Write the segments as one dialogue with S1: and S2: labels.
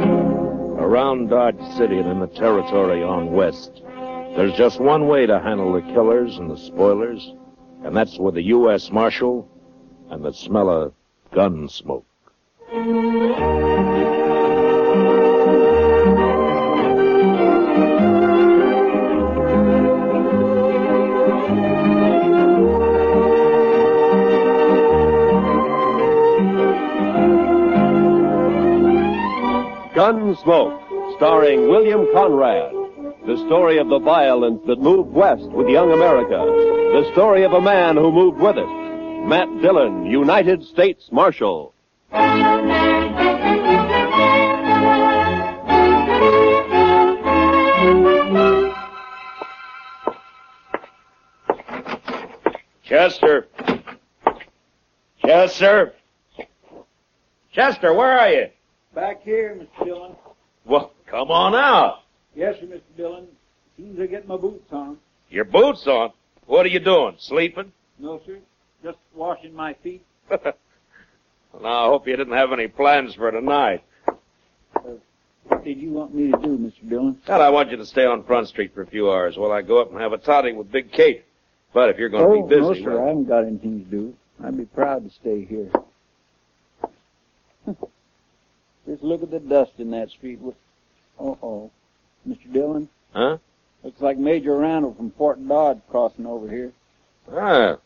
S1: Around Dodge City and in the territory on west, there's just one way to handle the killers and the spoilers, and that's with the U.S. Marshal and the smell of gun smoke. Gunsmoke, starring William Conrad. The story of the violence that moved west with young America. The story of a man who moved with it. Matt Dillon, United States Marshal. Chester. Chester. Chester, where are you?
S2: Back here, Mr. Dillon.
S1: Well, come on out.
S2: Yes, sir, Mr. Dillon. As soon as I get my boots on.
S1: Your boots on. What are you doing? Sleeping?
S2: No, sir. Just washing my feet.
S1: well, now, I hope you didn't have any plans for tonight.
S2: What did you want me to do, Mr. Dillon?
S1: God, I want you to stay on Front Street for a few hours while I go up and have a toddy with Big Kate. But if you're going to be
S2: oh,
S1: busy,
S2: no, sir.
S1: well-
S2: I haven't got anything to do. I'd be proud to stay here. Just look at the dust in that street. Uh-oh. Mr. Dillon,
S1: huh?
S2: looks like Major Randall from Fort Dodge crossing over here.
S1: Ah,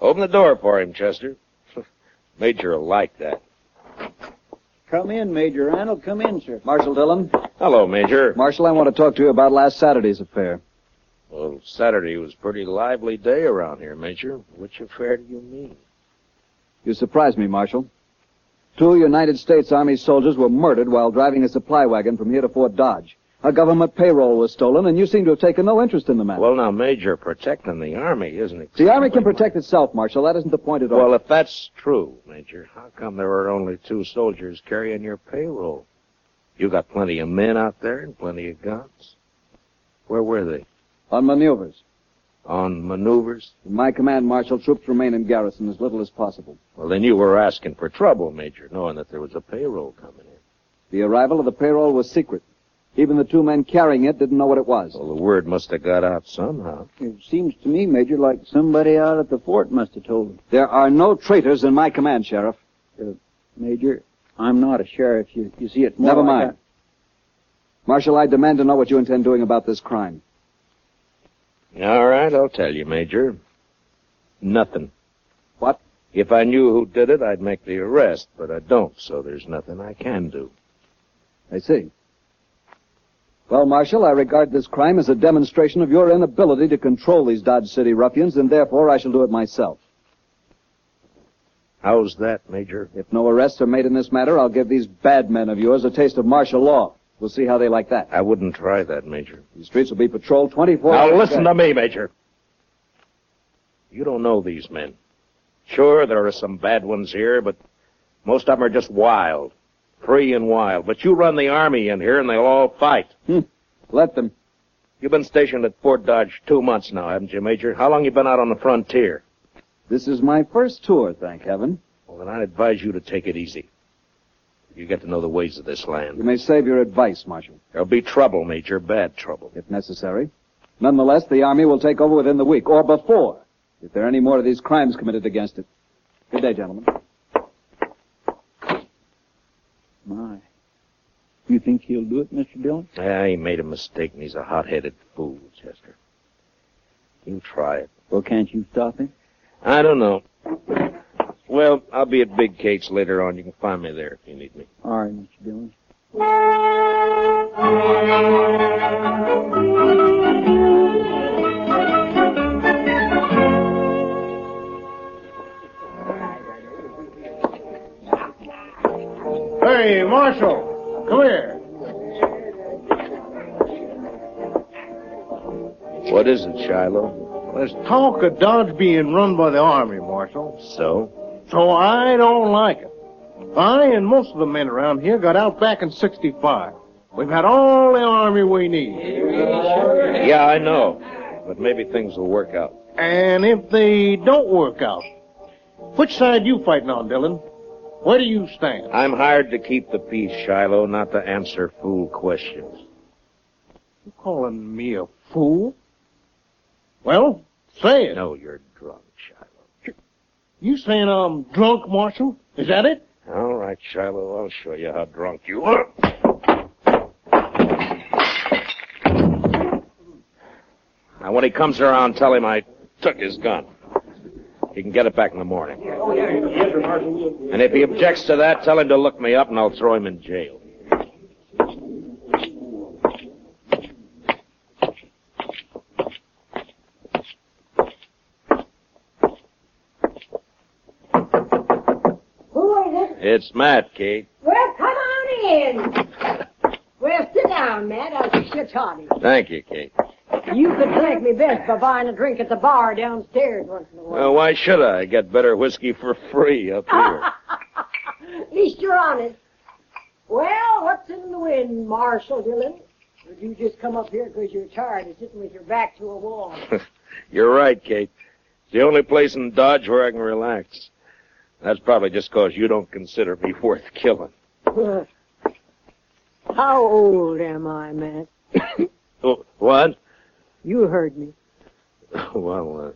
S1: open the door for him, Chester. Major will like that.
S2: Come in, Major Randall. Come in, sir.
S3: Marshal Dillon.
S1: Hello, Major.
S3: Marshal, I want to talk to you about last Saturday's affair.
S1: Well, Saturday was a pretty lively day around here, Major. Which affair do you mean?
S3: You surprised me, Marshal. Two United States Army soldiers were murdered while driving a supply wagon from here to Fort Dodge. A government payroll was stolen, and you seem to have taken no interest in the matter.
S1: Well, now, Major, protecting the Army isn't it?
S3: the Army can protect itself, Marshal. That isn't the point at all.
S1: Well, if that's true, Major, how come there were only two soldiers carrying your payroll? You got plenty of men out there and plenty of guns. Where were they?
S3: on maneuvers.
S1: On maneuvers?
S3: In my command, Marshal, troops remain in garrison as little as possible.
S1: Well, then you were asking for trouble, Major, knowing that there was a payroll coming in.
S3: The arrival of the payroll was secret. Even the two men carrying it didn't know what it was.
S1: Well, the word must have got out somehow.
S2: It seems to me, Major, like somebody out at the fort must have told him.
S3: There are no traitors in my command, Sheriff.
S2: Major, I'm not a sheriff. You, you see, it's more
S3: Never
S2: like
S3: mind. Marshal, I demand to know what you intend doing about this crime.
S1: All right, I'll tell you, Major. Nothing.
S3: What?
S1: If I knew who did it, I'd make the arrest, but I don't, so there's nothing I can do.
S3: I see. Well, Marshal, I regard this crime as a demonstration of your inability to control these Dodge City ruffians, and therefore I shall do it myself.
S1: How's that, Major?
S3: If no arrests are made in this matter, I'll give these bad men of yours a taste of martial law. We'll see how they like that.
S1: I wouldn't try that, Major.
S3: The streets will be patrolled 24
S1: Now
S3: hours a
S1: listen
S3: day.
S1: to me, Major. You don't know these men. Sure, there are some bad ones here, but most of them are just wild. Free and wild. But you run the army in here and they'll all fight.
S3: Let them.
S1: You've been stationed at Fort Dodge two months now, haven't you, Major? How long you been out on the frontier?
S3: This is my first tour, thank heaven.
S1: Well, then I'd advise you to take it easy. You get to know the ways of this
S3: You
S1: land.
S3: may save your advice, Marshal,
S1: There'll be trouble, Major, bad trouble.
S3: if necessary. Nonetheless, the Army will take over within the week, or before, if there are any more of these crimes committed against it. Good day, gentlemen.
S2: that. My. You think he'll do it, Mr. Dillon?
S1: Yeah, Ah, he made a mistake and he's a hot-headed fool, Chester. You try it.
S2: Well, can't you stop him?
S1: I don't know. Well, I'll be at Big Kate's later on. You can find me there if you need me.
S4: All right, Mr. Dillon.
S2: Hey, Marshal, come here.
S1: What is it, Shiloh?
S2: There's talk of Dodge being run by the Army, Marshal.
S1: So?
S2: So I don't like it. I and most of the men around here got out back in 65. We've had all the Army we need.
S1: Yeah, I know. But maybe things will work out.
S2: And if they don't work out, which side you fighting on, Dillon? Where do you stand?
S1: I'm hired to keep the peace, Shiloh, not to answer fool questions.
S2: You calling me a fool? Well, say it.
S1: No, you're drunk, Shiloh.
S2: You saying I'm drunk, Marshal? Is that it?
S1: All right, Shiloh, I'll show you how drunk you are. Now, when he comes around, tell him I took his gun. He can get it back in the morning. And if he objects to that, tell him to look me up and I'll throw him in jail.
S5: Who is it?
S1: It's Matt, Kate.
S5: Well, come on in. Well, sit down, Matt. I'll fix your toddy.
S1: Thank you, Kate.
S5: You could thank me best by buying a drink at the bar downstairs once in a while.
S1: Well, why should I? I get better whiskey for free up here.
S5: At least you're honest. Well, what's in the wind, Marshal Dillon? Or did you just come up here because you're tired of sitting with your back to a wall?
S1: You're right, Kate. It's the only place in Dodge where I can relax. That's probably just 'cause you don't consider me worth killing.
S5: How old am I, Matt?
S1: Oh, what?
S5: You heard me.
S1: Well,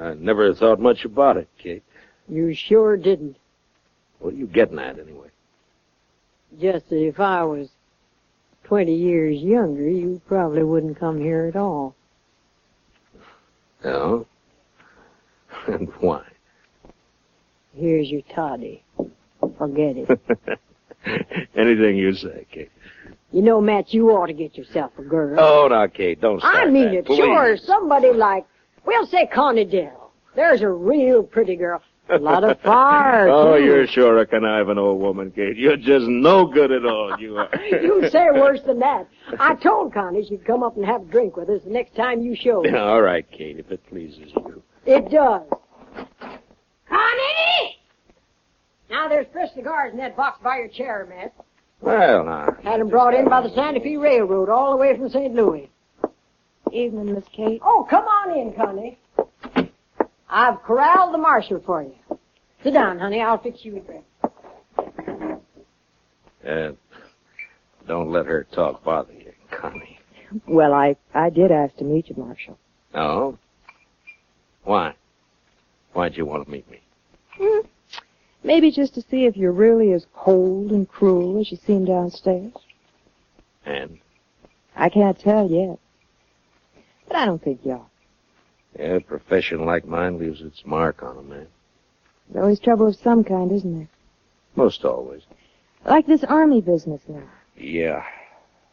S1: uh, I never thought much about it, Kate.
S5: You sure didn't.
S1: What are you getting at, anyway?
S5: Just that if I was 20 years younger, you probably wouldn't come here at all.
S1: No. And why?
S5: Here's your toddy. Forget it.
S1: Anything you say, Kate.
S5: you know, Matt, you ought to get yourself a girl.
S1: Oh, now, Kate, don't start
S5: I mean
S1: that,
S5: it.
S1: please.
S5: Sure, somebody like, we'll say Connie Dell. There's a real pretty girl. A lot of fire,
S1: Oh,
S5: too.
S1: you're sure a conniving old woman, Kate. You're just no good at all, you are.
S5: You say worse than that. I told Connie she'd come up and have a drink with us the next time you showed.
S1: Yeah, All right, Kate, if it pleases you.
S5: It does. Connie! Now there's fresh cigars in that box by your chair, Matt.
S1: Well, now.
S5: Had 'em brought in by the Santa Fe Railroad all the way from St. Louis.
S6: Evening, Miss Kate.
S5: Oh, come on in, Connie. I've corralled the marshal for you. Sit down, honey. I'll fix you a drink.
S1: Uh, don't let her talk bother you, Connie.
S6: Well, I, I did ask to meet you, Marshal.
S1: No? Why? Why'd you want to meet me?
S6: Maybe just to see if you're really as cold and cruel as you seem downstairs.
S1: And?
S6: I can't tell yet. But I don't think you are.
S1: Yeah, a profession like mine leaves its mark on a man.
S6: There's always trouble of some kind, isn't there?
S1: Most always.
S6: Like this army business now.
S1: Yeah.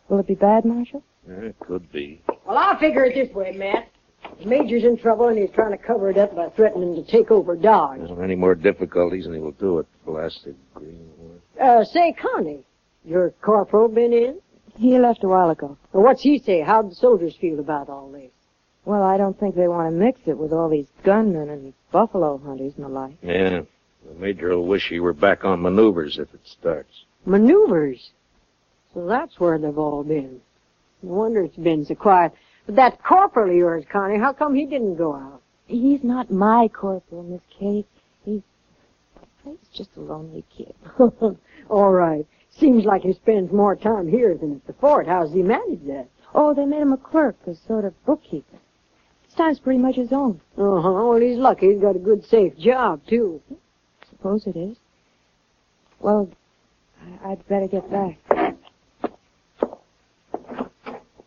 S6: Will it be bad, Marshal?
S1: It could be.
S5: Well, I'll figure it this way, Matt. The major's in trouble and he's trying to cover it up by threatening to take over Dodge.
S1: Well, any more difficulties and he will do it. Blasted green one.
S5: Uh, say, Connie, your corporal been in?
S6: He left a while ago.
S5: Well, what's he say? How'd the soldiers feel about all this?
S6: Well, I don't think they want to mix it with all these gunmen and buffalo hunters and the like.
S1: Yeah. The major will wish he were back on maneuvers if it starts.
S5: Maneuvers. So that's where they've all been. No wonder it's been so quiet. But that corporal of yours, Connie, how come he didn't go out?
S6: He's not my corporal, Miss Kate. He's, he's just a lonely kid.
S5: all right. Seems like he spends more time here than at the fort. How's he managed that?
S6: Oh, they made him a clerk, a sort of bookkeeper. His time's pretty much his own.
S5: Uh huh. Well, he's lucky. He's got a good, safe job too.
S6: Suppose it is. Well, I- I'd better get back.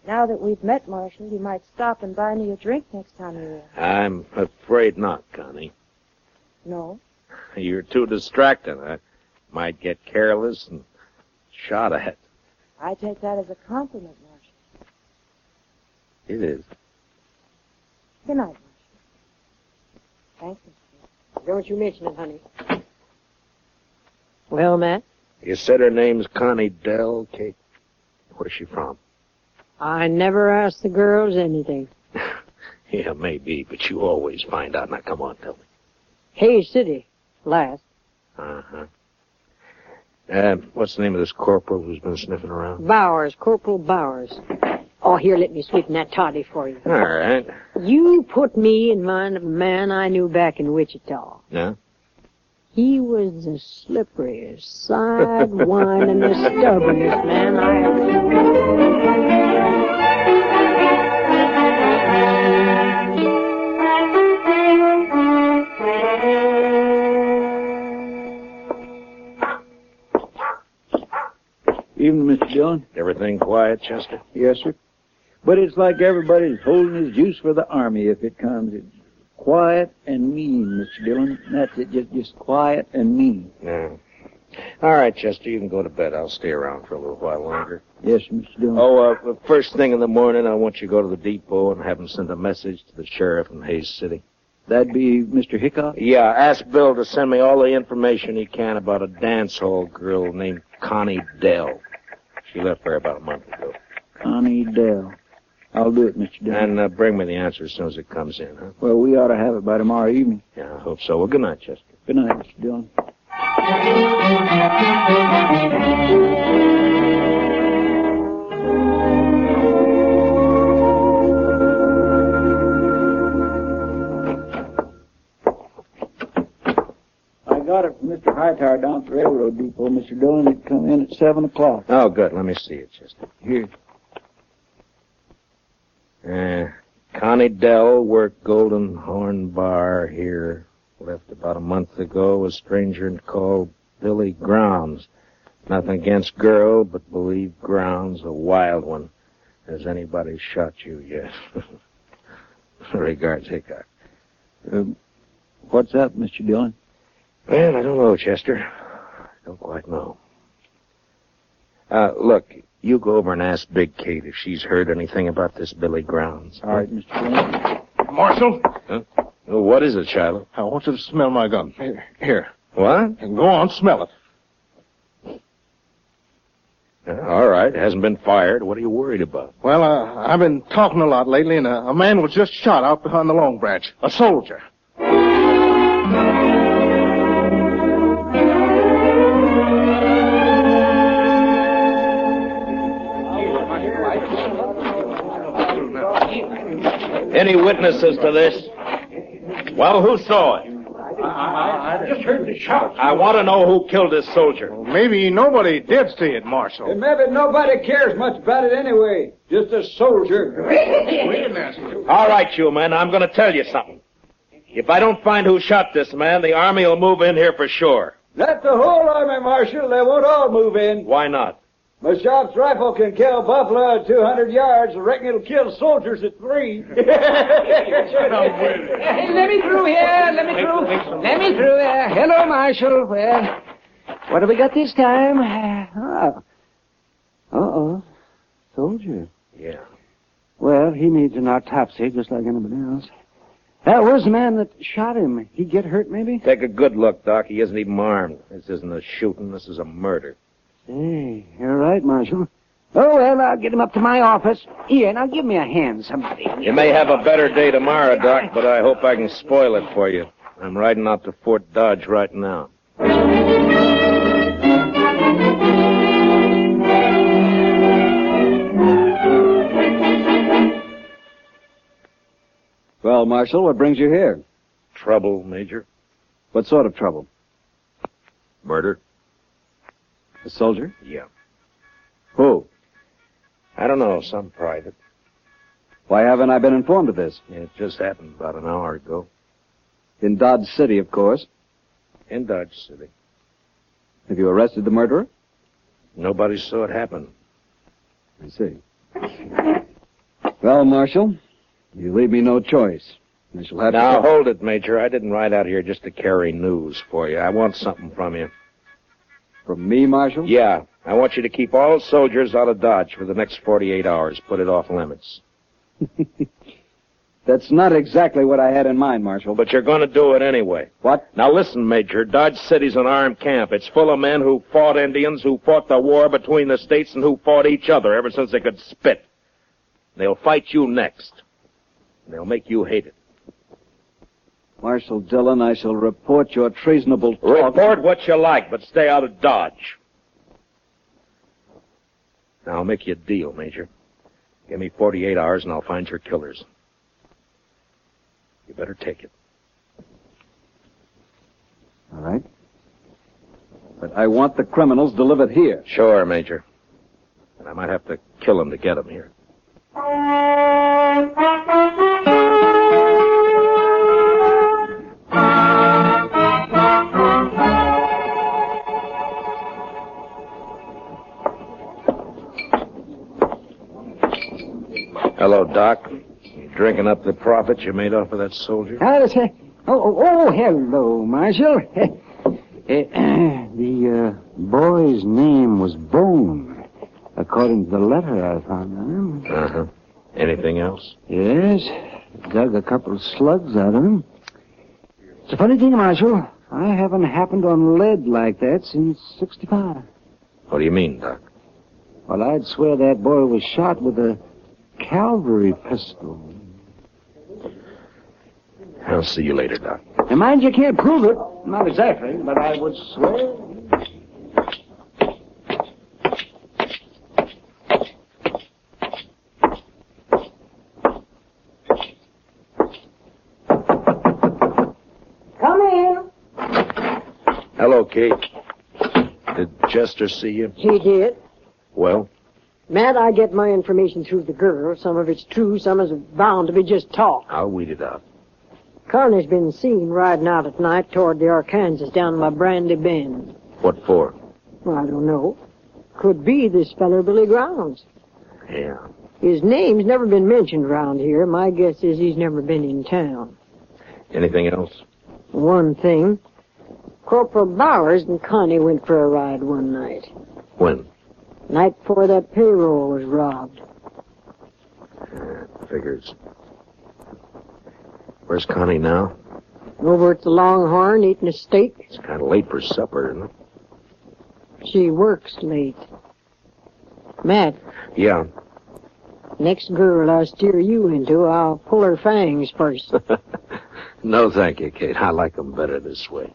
S6: Now that we've met, Marshal, you might stop and buy me a drink next time you're in.
S1: I'm afraid not, Connie.
S6: No?
S1: You're too distracting. I might get careless and shot at.
S6: I take that as a compliment, Marshal.
S1: It is.
S6: Good night, Marshal. Thank you.
S5: Don't you mention it, honey.
S6: Well, Matt,
S1: You said her name's Connie Dell, Kate. Where's she from?
S7: I never asked the girls anything.
S1: Yeah, maybe, but you always find out. Now, come on, tell me.
S7: Hayes City, last.
S1: Uh-huh. Uh, what's the name of this corporal who's been sniffing around?
S7: Bowers, Corporal Bowers. Oh, here, let me sweeten that toddy for you.
S1: All right.
S7: You put me in mind of a man I knew back in Wichita.
S1: Yeah?
S7: He was the slipperiest, sidewinding, the stubbornest man I ever
S4: Evening, Mr. Dillon.
S1: Everything quiet, Chester?
S4: Yes, sir. But it's like everybody's holding his juice for the army if it comes. It's quiet and mean, Mr. Dillon. That's it. Just, just quiet and mean.
S1: Yeah. All right, Chester, you can go to bed. I'll stay around for a little while longer.
S4: Yes, Mr. Dillon.
S1: Oh, uh, first thing in the morning, I want you to go to the depot and have him send a message to the sheriff in Hayes City.
S4: That'd be Mr. Hickok.
S1: Yeah, ask Bill to send me all the information he can about a dance hall girl named Connie Dell. She left there about a month ago.
S4: Connie Dell. I'll do it, Mr. Dillon.
S1: And uh, bring me the answer as soon as it comes in, huh?
S4: Well, we ought to have it by tomorrow evening.
S1: Yeah, I hope so. Well, good night, Chester.
S4: Good night, Mr. Dillon. I got it from Mr. Hightower down at the railroad depot, Mr. Dillon. It come in at seven o'clock.
S1: Oh, good. Let me see it, Chester.
S4: Here.
S1: Uh, Connie Dell worked Golden Horn Bar here. Left about a month ago. A stranger called Billy Grounds. Nothing against girl, but believe Grounds a wild one. Has anybody shot you yet? Regards Hickok.
S4: Um, what's up, Mr. Dillon?
S1: Well, I don't know, Chester. I don't quite know. Uh, look, you go over and ask Big Kate if she's heard anything about this Billy Grounds.
S4: All right, Mr. Dillon.
S2: Marshal,
S1: Well, What is it, Shiloh?
S2: I want you to smell my gun. Here, here.
S1: What?
S2: And go on, smell it.
S1: Uh, All right. Hasn't been fired. What are you worried about?
S2: Well, uh, I've been talking a lot lately, and uh, a man was just shot out behind the Long Branch. A soldier.
S1: Any witnesses to this? Well, who saw it?
S2: I just heard the shot.
S1: I want to know who killed this soldier.
S2: Maybe nobody did see it, Marshal.
S3: maybe nobody cares much about it anyway. Just a soldier.
S1: All right, you men. I'm going to tell you something. If I don't find who shot this man, the army will move in here for sure.
S3: Not the whole army, Marshal. They won't all move in.
S1: Why not?
S3: Mashop's rifle can kill buffalo at 200 yards. I reckon it'll kill soldiers at three.
S8: Hey, let me through here. Let me through. Let me through here. Hello, Marshal. Well, what have we got this time? Oh. Uh-oh. Soldier.
S1: Yeah.
S8: Well, he needs an autopsy just like anybody else. That was the man that shot him. He get hurt, maybe?
S1: Take a good look, Doc. He isn't even armed. This isn't a shooting. This is a murder.
S8: Hey, you're right, Marshal. Oh, well, I'll get him up to my office. Here, now give me a hand, somebody.
S1: You may have a better day tomorrow, Doc, but I hope I can spoil it for you. I'm riding out to Fort Dodge right now.
S3: well, Marshal, what brings you here?
S1: Trouble, Major?
S3: What sort of trouble?
S1: Murder?
S3: A soldier?
S1: Yeah.
S3: Who?
S1: I don't know, some private.
S3: Why haven't I been informed of this?
S1: It just happened about an hour ago
S3: In Dodge City, of course.
S1: in Dodge City.
S3: Have you arrested the murderer?
S1: Nobody saw it happen.
S3: I see. Well, Marshal, you leave me no choice. And she'll have
S1: now
S3: to...
S1: hold it, Major. I didn't ride out here just to carry news for you. I want something from you.
S3: From me, Marshal?
S1: Yeah. I want you to keep all soldiers out of Dodge for the next 48 hours. Put it off limits.
S3: That's not exactly what I had in mind, Marshal.
S1: But you're going to do it anyway.
S3: What?
S1: Now listen, Major. Dodge City's an armed camp. It's full of men who fought Indians, who fought the war between the states, and who fought each other ever since they could spit. They'll fight you next. And they'll make you hate it.
S3: Marshal Dillon, I shall report your treasonable talk.
S1: Report what you like, but stay out of Dodge. Now, I'll make you a deal, Major. Give me 48 hours and I'll find your killers. You better take it.
S3: All right. But I want the criminals delivered here.
S1: Sure, Major. And I might have to kill them to get them here. Hello, Doc. You drinking up the profits you made off of that soldier?
S8: Ah, that's, uh, oh, oh, oh, hello, Marshal. Eh, eh, the uh, boy's name was Bone, according to the letter I found on him.
S1: Uh huh. Anything else?
S8: Yes, dug a couple of slugs out of him. It's a funny thing, Marshal. I haven't happened on lead like that since 65.
S1: What do you mean, Doc?
S8: Well, I'd swear that boy was shot with a cavalry pistol.
S1: I'll see you later, Doc.
S8: Now, mind you can't prove it. Not exactly, but I would swear.
S5: Come in.
S1: Hello, Kate. Did Chester see you?
S5: He did.
S1: Well,
S5: Matt, I get my information through the girl. Some of it's true, some is bound to be just talk.
S1: I'll weed it out.
S5: Connie's been seen riding out at night toward the Arkansas down by Brandy Bend.
S1: What for?
S5: Well, I don't know. Could be this feller Billy Grounds.
S1: Yeah.
S5: His name's never been mentioned around here. My guess is he's never been in town.
S1: Anything else?
S5: One thing. Corporal Bowers and Connie went for a ride one night.
S1: When?
S5: Night before that payroll was robbed.
S1: Figures. Where's Connie now?
S5: Over at the Longhorn eating a steak.
S1: It's kind of late for supper, isn't it?
S5: She works late. Matt,
S1: Yeah.
S5: next girl I steer you into, I'll pull her fangs first.
S1: No, thank you, Kate. I like them better this way.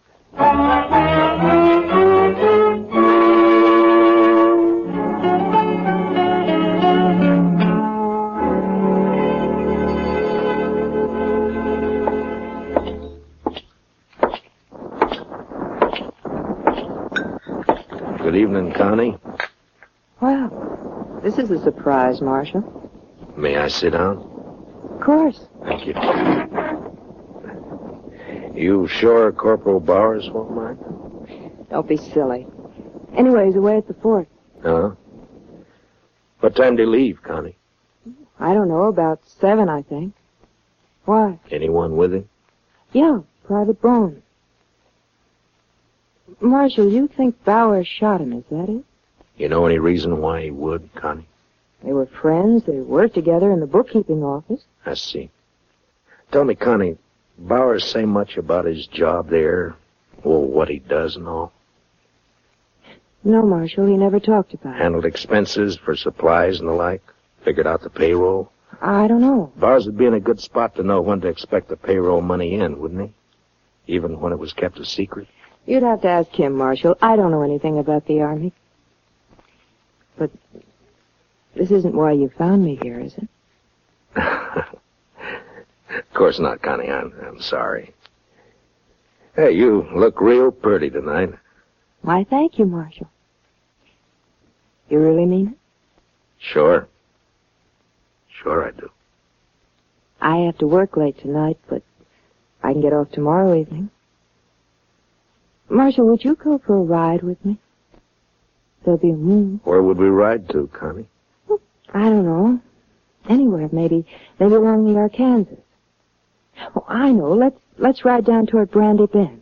S1: Good evening, Connie.
S6: Well, this is a surprise, Marshal.
S1: May I sit down?
S6: Of course.
S1: Thank you. You sure Corporal Bowers won't mind?
S6: Don't be silly. Anyways, away at the fort.
S1: Huh? What time do you leave, Connie?
S6: I don't know, about seven, I think. Why?
S1: Anyone with him?
S6: Yeah, Private Bone. Marshal, you think Bauer shot him, is that it?
S1: You know any reason why he would, Connie?
S6: They were friends. They worked together in the bookkeeping office.
S1: I see. Tell me, Connie, Bowers say much about his job there, or what he does and all?
S6: No, Marshal, he never talked about it.
S1: Handled expenses for supplies and the like? Figured out the payroll?
S6: I don't know.
S1: Bowers would be in a good spot to know when to expect the payroll money in, wouldn't he? Even when it was kept a secret?
S6: You'd have to ask him, Marshal. I don't know anything about the Army. But this isn't why you found me here, is it?
S1: of course not, Connie. I'm, I'm sorry. Hey, you look real pretty tonight.
S6: Why, thank you, Marshal. You really mean it?
S1: Sure. Sure, I do.
S6: I have to work late tonight, but I can get off tomorrow evening. Marshal, would you go for a ride with me? There'll be a moon.
S1: Where would we ride to, Connie?
S6: I don't know. Anywhere, maybe. Maybe along the Arkansas.
S5: Oh, I know. Let's let's ride down toward Brandy Bend.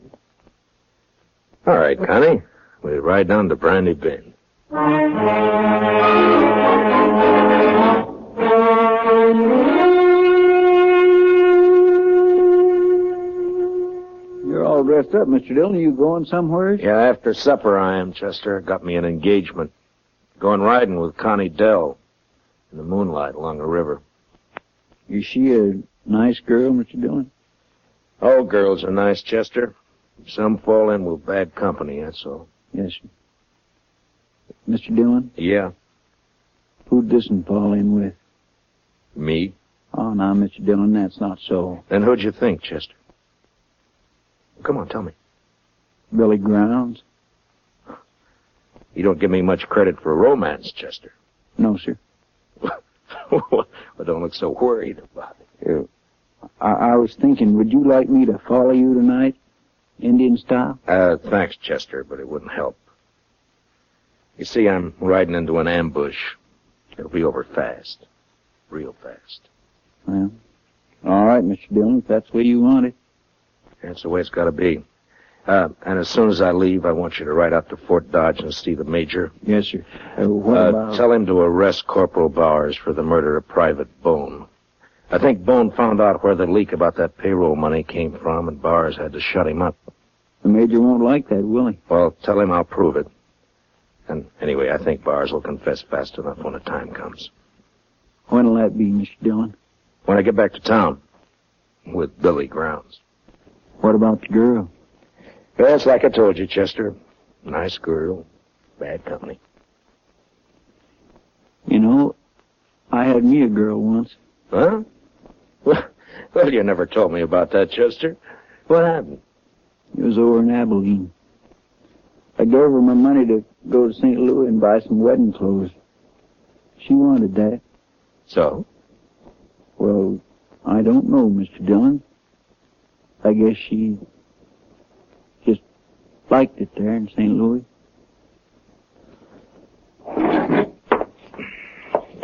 S1: All right, Connie. We ride down to Brandy Bend.
S3: You're all dressed up, Mr. Dillon. Are you going somewhere?
S1: Yeah, after supper I am, Chester. Got me an engagement. Going riding with Connie Dell in the moonlight along the river.
S3: Is she a nice girl, Mr. Dillon?
S1: All Oh, girls are nice, Chester. Some fall in with bad company, that's all.
S3: Yes, sir. Mr. Dillon,
S1: Yeah,
S3: who'd this one fall in with?
S1: me.
S3: Oh, now, Mr. Dillon, that's not so.
S1: Then who'd you think, Chester? Come on, tell me.
S3: Billy Grounds?
S1: You don't give me much credit for romance, Chester.
S3: No, sir.
S1: well, don't look so worried about it.
S3: I, I was thinking, would you like me to follow you tonight? Indian style?
S1: Uh, thanks, Chester, but it wouldn't help. You see, I'm riding into an ambush. It'll be over fast. Real fast.
S3: Well, all right, Mr. Dillon, if that's the way you want it.
S1: That's the way it's gotta be. Uh, and as soon as I leave, I want you to ride out to Fort Dodge and see the Major.
S3: Yes, sir. Uh, what
S1: Uh,
S3: about...
S1: Tell him to arrest Corporal Bowers for the murder of Private Bone. I think Bone found out where the leak about that payroll money came from, and Bowers had to shut him up.
S3: The Major won't like that, will he?
S1: Well, tell him I'll prove it. And anyway, I think Bowers will confess fast enough when the time comes.
S3: When'll that be, Mr. Dillon?
S1: When I get back to town, with Billy Grounds.
S3: What about the girl?
S1: That's like I told you, Chester. Nice girl, bad company.
S3: You know, I had me a girl once.
S1: Huh? Well, well, you never told me about that, Chester. What happened?
S3: It was over in Abilene. I gave her my money to go to St. Louis and buy some wedding clothes. She wanted that.
S1: So?
S3: Well, I don't know, Mr. Dillon. I guess she just liked it there in St. Louis.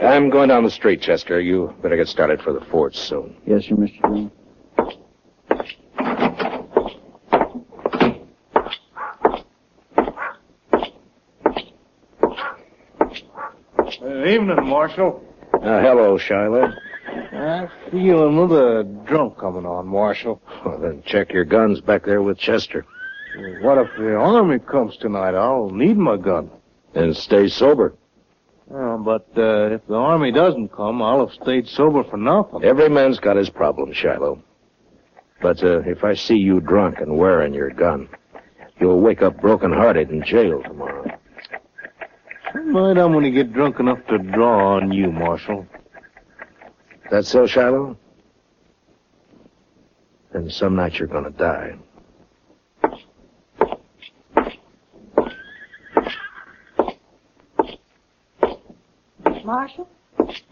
S1: I'm going down the street, Chester. You better get started for the fort soon.
S3: Yes, sir, Mr. Dillon.
S2: Uh, evening, Marshal.
S1: Uh, hello, Shiloh.
S2: I feel another drunk coming on, Marshal.
S1: Well, then check your guns back there with Chester.
S2: What if the army comes tonight? I'll need my gun.
S1: And stay sober.
S2: Uh, but uh, if the army doesn't come, I'll have stayed sober for nothing.
S1: Every man's got his problem, Shiloh. But uh, if I see you drunk and wearing your gun, you'll wake up broken-hearted in jail tomorrow.
S2: Tonight I'm going to get drunk enough to draw on you, Marshal.
S1: That so, Shiloh? Then some night you're gonna die.
S5: Marshal?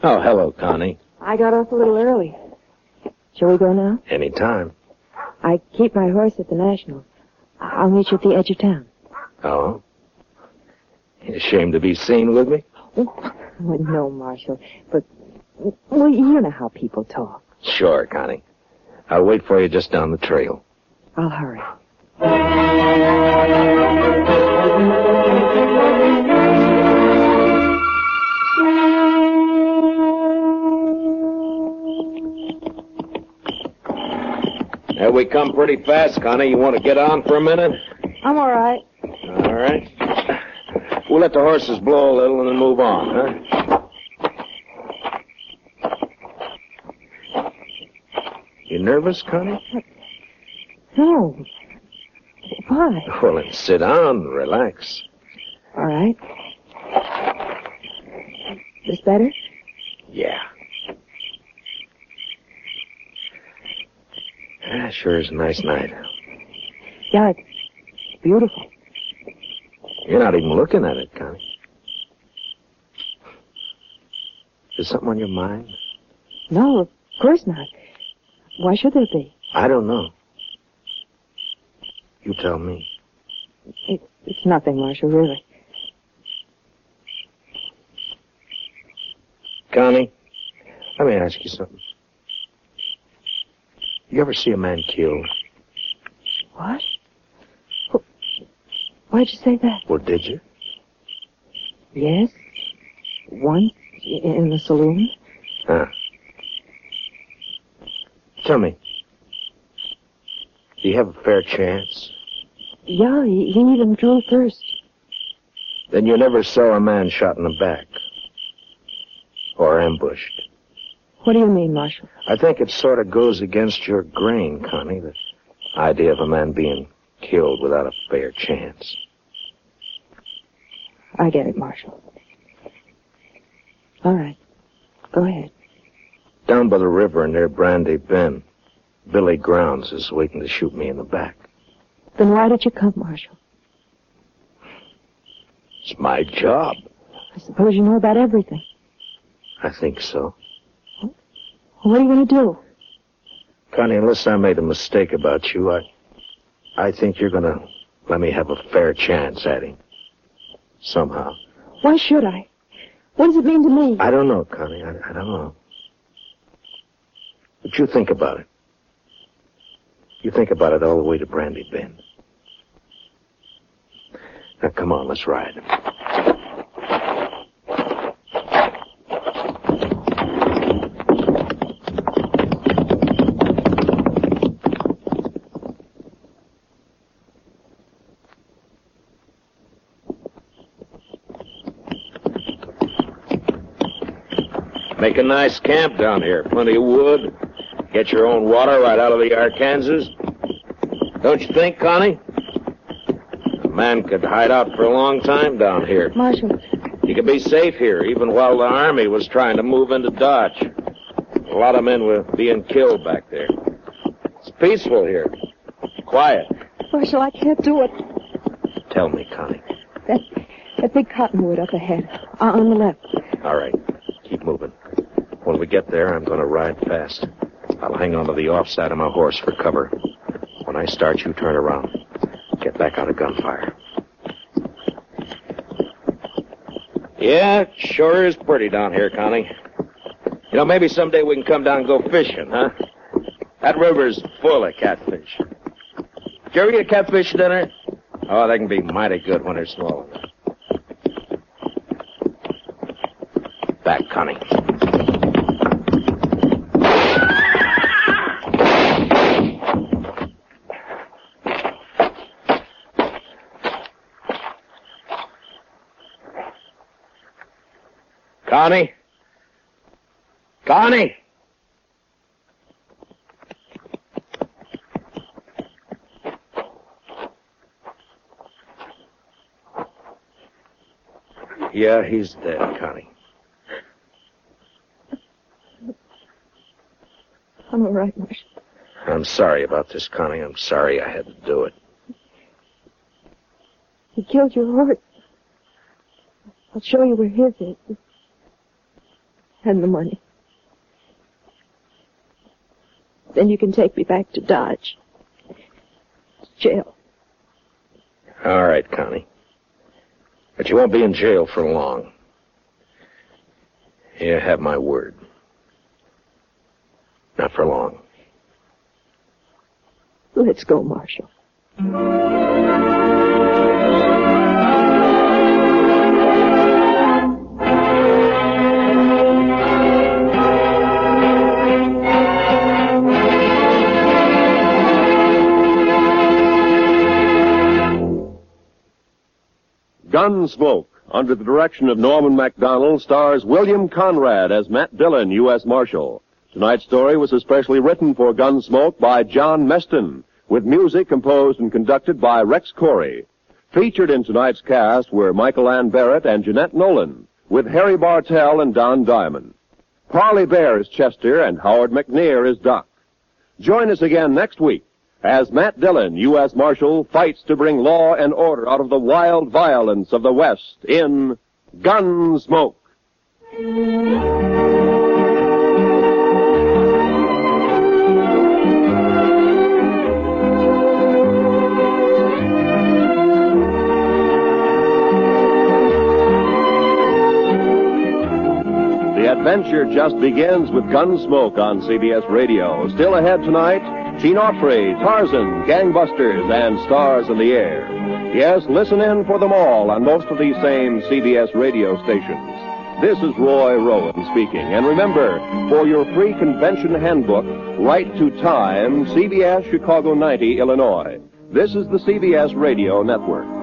S1: Oh, hello, Connie.
S5: I got off a little early. Shall we go now?
S1: Anytime.
S5: I keep my horse at the National. I- I'll meet you at the edge of town.
S1: Oh? You ashamed to be seen with me?
S5: Well, Oh, no, Marshal, but well, you know how people talk.
S1: Sure, Connie. I'll wait for you just down the trail.
S5: I'll hurry.
S1: Have we come pretty fast, Connie? You want to get on for a minute?
S5: I'm all right.
S1: All right. We'll let the horses blow a little and then move on, huh? You nervous, Connie?
S5: No. Why?
S1: Well, then sit down, relax.
S5: All right. This better?
S1: Yeah. Ah, sure is a nice night.
S5: Yeah, it's beautiful.
S1: You're not even looking at it, Connie. Is something on your mind?
S5: No, of course not. Why should there be?
S1: I don't know. You tell me.
S5: It, it's nothing, Marshal, really.
S1: Connie, let me ask you something. You ever see a man killed?
S5: What? Wh- Why'd you say that?
S1: Well, did you?
S5: Yes? Once i- in the saloon?
S1: Huh. Tell me, do you have a fair chance?
S5: Yeah, he, he even drew first.
S1: Then you never saw a man shot in the back. Or ambushed.
S5: What do you mean, Marshal?
S1: I think it sort of goes against your grain, Connie, the idea of a man being killed without a fair chance.
S5: I get it, Marshal. All right. Go ahead.
S1: Down by the river near Brandy Bend, Billy Grounds is waiting to shoot me in the back.
S5: Then why did you come, Marshal?
S1: It's my job.
S5: I suppose you know about everything.
S1: I think so.
S5: Well, what are you going to do?
S1: Connie, unless I made a mistake about you, I, I think you're gonna let me have a fair chance at him. Somehow.
S5: Why should I? What does it mean to me?
S1: I don't know, Connie. I, I don't know. But you think about it. You think about it all the way to Brandy Bend. Now come on, let's ride. Make a nice camp down here. Plenty of wood. Get your own water right out of the Arkansas. Don't you think, Connie? A man could hide out for a long time down here.
S5: Marshal,
S1: You could be safe here, even while the army was trying to move into Dodge. A lot of men were being killed back there. It's peaceful here. Quiet.
S5: Marshal, I can't do it.
S1: Tell me, Connie.
S5: That, that big cottonwood up ahead, uh, on the left.
S1: All right. Keep moving. When we get there, I'm going to ride fast. I'll hang onto the offside of my horse for cover. When I start, you turn around. Get back out of gunfire. Yeah, it sure is pretty down here, Connie. You know, maybe someday we can come down and go fishing, huh? That river's full of catfish. Did you ever get a catfish dinner? Oh, they can be mighty good when they're small. Back, Connie. Connie? Connie? Yeah, he's dead, Connie.
S5: I'm all right, Marshal.
S1: I'm sorry about this, Connie. I'm sorry I had to do it.
S5: He killed your horse. I'll show you where his is. And the money. Then you can take me back to Dodge. Jail.
S1: All right, Connie. But you won't be in jail for long. You have my word. Not for long.
S5: Let's go, Marshal.
S2: Gunsmoke, under the direction of Norman MacDonald, stars William Conrad as Matt Dillon, U.S. Marshal. Tonight's story was especially written for Gunsmoke by John Meston, with music composed and conducted by Rex Corey. Featured in tonight's cast were Michael Ann Barrett and Jeanette Nolan, with Harry Bartell and Don Diamond. Parley Bear is Chester and Howard McNear is Doc. Join us again next week as Matt Dillon, U.S. Marshal, fights to bring law and order out of the wild violence of the West in Gunsmoke. The adventure just begins with Gunsmoke on CBS Radio. Still ahead tonight,
S1: Gene Autry, Tarzan, Gangbusters, and Stars in the Air. Yes, listen in for them all on most of these same CBS radio stations. This is Roy Rowan speaking. And remember, for your free convention handbook, write to Time, CBS, Chicago 90, Illinois. This is the CBS Radio Network.